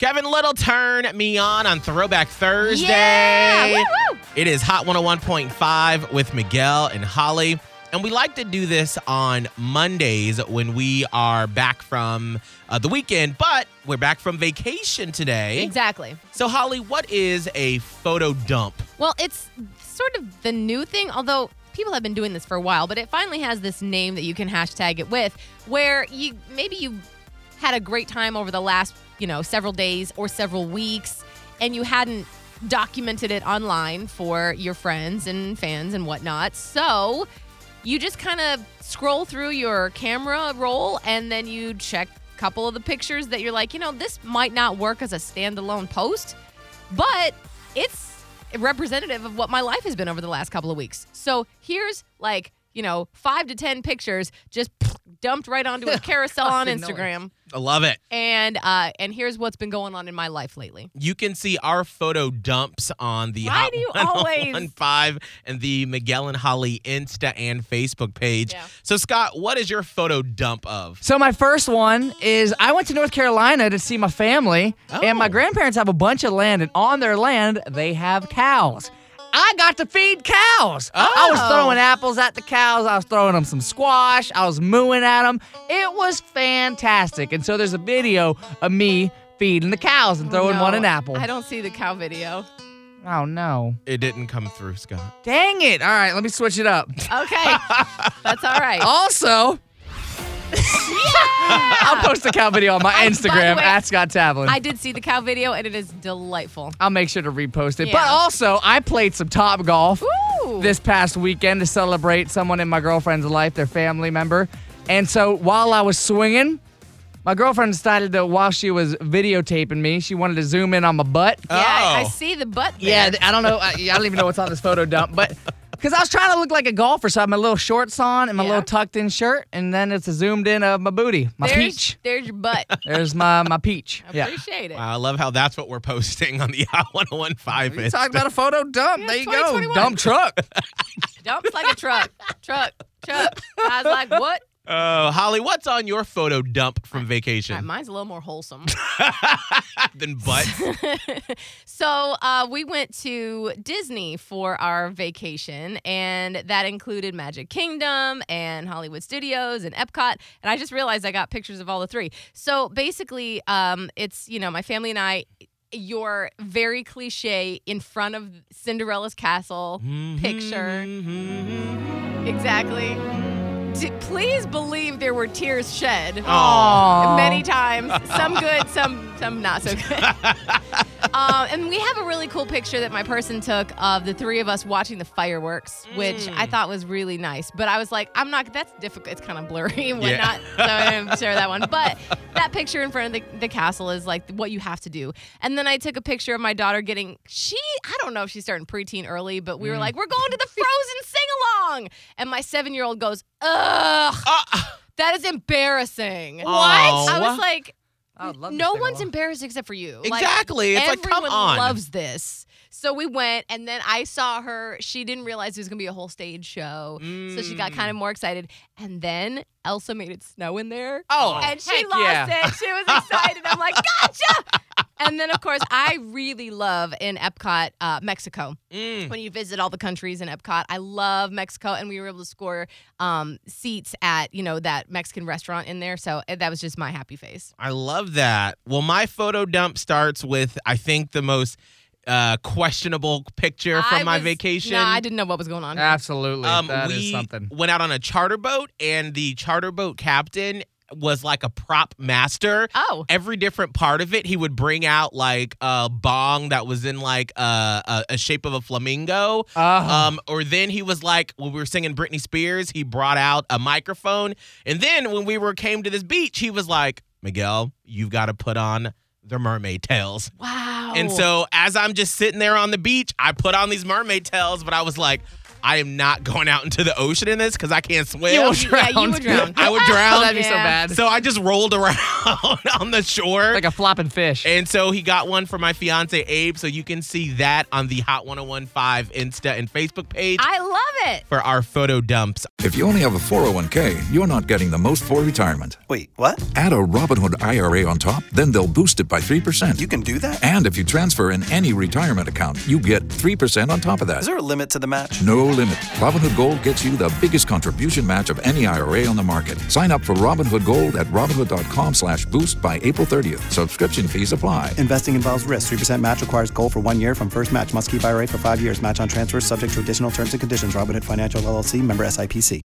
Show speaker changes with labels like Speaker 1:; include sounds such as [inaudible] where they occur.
Speaker 1: Kevin Little, turn me on on Throwback Thursday.
Speaker 2: Yeah, woo-woo.
Speaker 1: It is Hot 101.5 with Miguel and Holly. And we like to do this on Mondays when we are back from uh, the weekend, but we're back from vacation today.
Speaker 2: Exactly.
Speaker 1: So, Holly, what is a photo dump?
Speaker 2: Well, it's sort of the new thing, although people have been doing this for a while, but it finally has this name that you can hashtag it with where you maybe you had a great time over the last, you know, several days or several weeks and you hadn't documented it online for your friends and fans and whatnot. So you just kind of scroll through your camera roll and then you check a couple of the pictures that you're like, you know, this might not work as a standalone post, but it's representative of what my life has been over the last couple of weeks. So here's like, you know, five to 10 pictures just dumped right onto
Speaker 3: [laughs]
Speaker 2: a carousel on Instagram.
Speaker 1: I love it.
Speaker 2: And uh, and here's what's been going on in my life lately.
Speaker 1: You can see our photo dumps on the
Speaker 2: Why
Speaker 1: Hot
Speaker 2: do you
Speaker 1: 101.5 and the Miguel and Holly Insta and Facebook page.
Speaker 2: Yeah.
Speaker 1: So, Scott, what is your photo dump of?
Speaker 3: So my first one is I went to North Carolina to see my family, and
Speaker 1: Oh.
Speaker 3: my grandparents have a bunch of land, and on their land they have cows. I got to feed cows. I was
Speaker 2: Oh.
Speaker 3: throwing apples at the cows. I was throwing them some squash. I was mooing at them. It was fantastic. And so there's a video of me feeding the cows and throwing
Speaker 2: Oh, No,
Speaker 3: one an apple.
Speaker 2: I don't see the cow video.
Speaker 3: Oh no!
Speaker 1: It didn't come through, Scott.
Speaker 3: Dang it! All right, let me switch
Speaker 2: [laughs]
Speaker 3: it up. [laughs]
Speaker 2: Okay, that's all right.
Speaker 3: Oh. Also, I'll post the cow video on my
Speaker 2: I- by the
Speaker 3: Instagram
Speaker 2: way,
Speaker 3: at Scott Tavlin.
Speaker 2: I did see the cow video, and it is delightful.
Speaker 3: I'll make sure to repost it.
Speaker 2: Yeah.
Speaker 3: But also, I played some top golf
Speaker 2: Ooh.
Speaker 3: this past weekend to celebrate someone in my girlfriend's life, their family member. And so while I was swinging, my girlfriend decided that while she was videotaping me, she wanted to zoom in on my butt.
Speaker 2: Yeah, I, I
Speaker 1: Oh.
Speaker 2: see the butt. There.
Speaker 3: Yeah, th- I don't know. I, I don't even know what's on this photo dump, but because I was trying to look like a golfer, so I had my little shorts on and my
Speaker 2: Yeah.
Speaker 3: little tucked in shirt, and then it's a zoomed in of my booty, my
Speaker 2: there's,
Speaker 3: peach.
Speaker 2: There's your butt.
Speaker 3: There's my my [laughs] peach.
Speaker 2: I
Speaker 3: [laughs] yeah.
Speaker 2: appreciate it.
Speaker 1: Wow, I love how that's what we're posting on the [laughs] Hot 101.5
Speaker 3: You
Speaker 1: Insta.
Speaker 3: talk about a photo dump.
Speaker 2: Yeah,
Speaker 3: there you go.
Speaker 2: 2021.
Speaker 3: Dump truck.
Speaker 2: Dumps like a truck, truck, truck. I was like, what?
Speaker 1: Oh, Holly, what's on your photo dump from
Speaker 2: All right,
Speaker 1: vacation?
Speaker 2: mine's a little more wholesome.
Speaker 1: then butt.
Speaker 2: So uh, we went to Disney for our vacation, and that included Magic Kingdom and Hollywood Studios and Epcot. And I just realized I got pictures of all the three. So basically, um, it's you know my family and I. Your very cliche in front of Cinderella's castle picture. Exactly. D- please believe there were tears shed
Speaker 3: Aw.
Speaker 2: many times. Some good, some some not so good. um, and we have a really cool picture that my person took of the three of us watching the fireworks, which I thought was really nice. But I was like, I'm not. That's difficult. It's kind of blurry and
Speaker 1: Yeah.
Speaker 2: whatnot. So I didn't share that one. But that picture in front of the, the castle is like what you have to do. And then I took a picture of my daughter getting. She, I don't know if she's starting preteen early, but we were like, we're going to the Frozen sing along, and my seven year old goes, ugh. That is embarrassing. What? I was like,
Speaker 3: I would love to
Speaker 2: no
Speaker 3: sing
Speaker 2: one's
Speaker 3: along.
Speaker 2: embarrassed except for you. Like,
Speaker 1: Exactly. it's like, come
Speaker 2: everyone
Speaker 1: on.
Speaker 2: loves this. So we went, and then I saw her. She didn't realize it was going to be a whole stage show. So she got kind of more excited. And then Elsa made it snow in there.
Speaker 3: Oh,
Speaker 2: And she
Speaker 3: heck
Speaker 2: lost
Speaker 3: yeah.
Speaker 2: it. She was excited. I'm like, gotcha. And then, of course, I really love in Epcot, uh, Mexico
Speaker 1: Mm.
Speaker 2: when you visit all the countries in Epcot. I love Mexico, and we were able to score um, seats at you know that Mexican restaurant in there. So uh, that was just my happy face.
Speaker 1: I love that. Well, my photo dump starts with, I think, the most uh, questionable picture from
Speaker 2: I
Speaker 1: my
Speaker 2: was-
Speaker 1: vacation.
Speaker 2: No, I didn't know what was going on. here.
Speaker 3: Absolutely. that
Speaker 1: Um, we
Speaker 3: is something.
Speaker 1: went out on a charter boat, and the charter boat captain was like a prop master.
Speaker 2: Oh.
Speaker 1: Every different part of it, he would bring out like a bong that was in like a, a, a shape of a flamingo.
Speaker 3: Uh,
Speaker 1: Um, or then he was like, when we were singing Britney Spears, he brought out a microphone. And then when we were came to this beach, he was like, Miguel, you've got to put on their mermaid tails.
Speaker 2: Wow.
Speaker 3: Oh.
Speaker 1: And so as I'm just sitting there on the beach, I put on these mermaid tails, but I was like, I am not going out into the ocean in this because I can't swim. [laughs]
Speaker 3: You will
Speaker 2: Yeah, you
Speaker 3: drown.
Speaker 2: would drown.
Speaker 1: I would
Speaker 3: Oh,
Speaker 2: [laughs]
Speaker 1: drown.
Speaker 3: that'd be so
Speaker 2: Yeah.
Speaker 3: bad.
Speaker 1: So I just rolled around [laughs] on the shore.
Speaker 3: like a flopping fish.
Speaker 1: and so he got one for my fiance Abe. So you can see that on the Hot 1015 Insta and Facebook page
Speaker 2: I love it.
Speaker 1: for our photo dumps.
Speaker 4: If you only have a 401k, you're not getting the most for retirement.
Speaker 5: Wait, what?
Speaker 4: Add a Robinhood IRA on top, then they'll boost it by 3%.
Speaker 5: You can do that?
Speaker 4: And if you transfer in any retirement account, you get 3% on top of that.
Speaker 5: Is there a limit to the match?
Speaker 4: No limit. Robinhood Gold gets you the biggest contribution match of any IRA on the market. Sign up for Robinhood Gold at Robinhood.com slash boost by April 30th. Subscription fees apply.
Speaker 5: Investing involves risk. 3% match requires gold for one year from first match. Must keep IRA for five years. Match on transfers subject to additional terms and conditions. Robinhood Financial LLC member SIPC.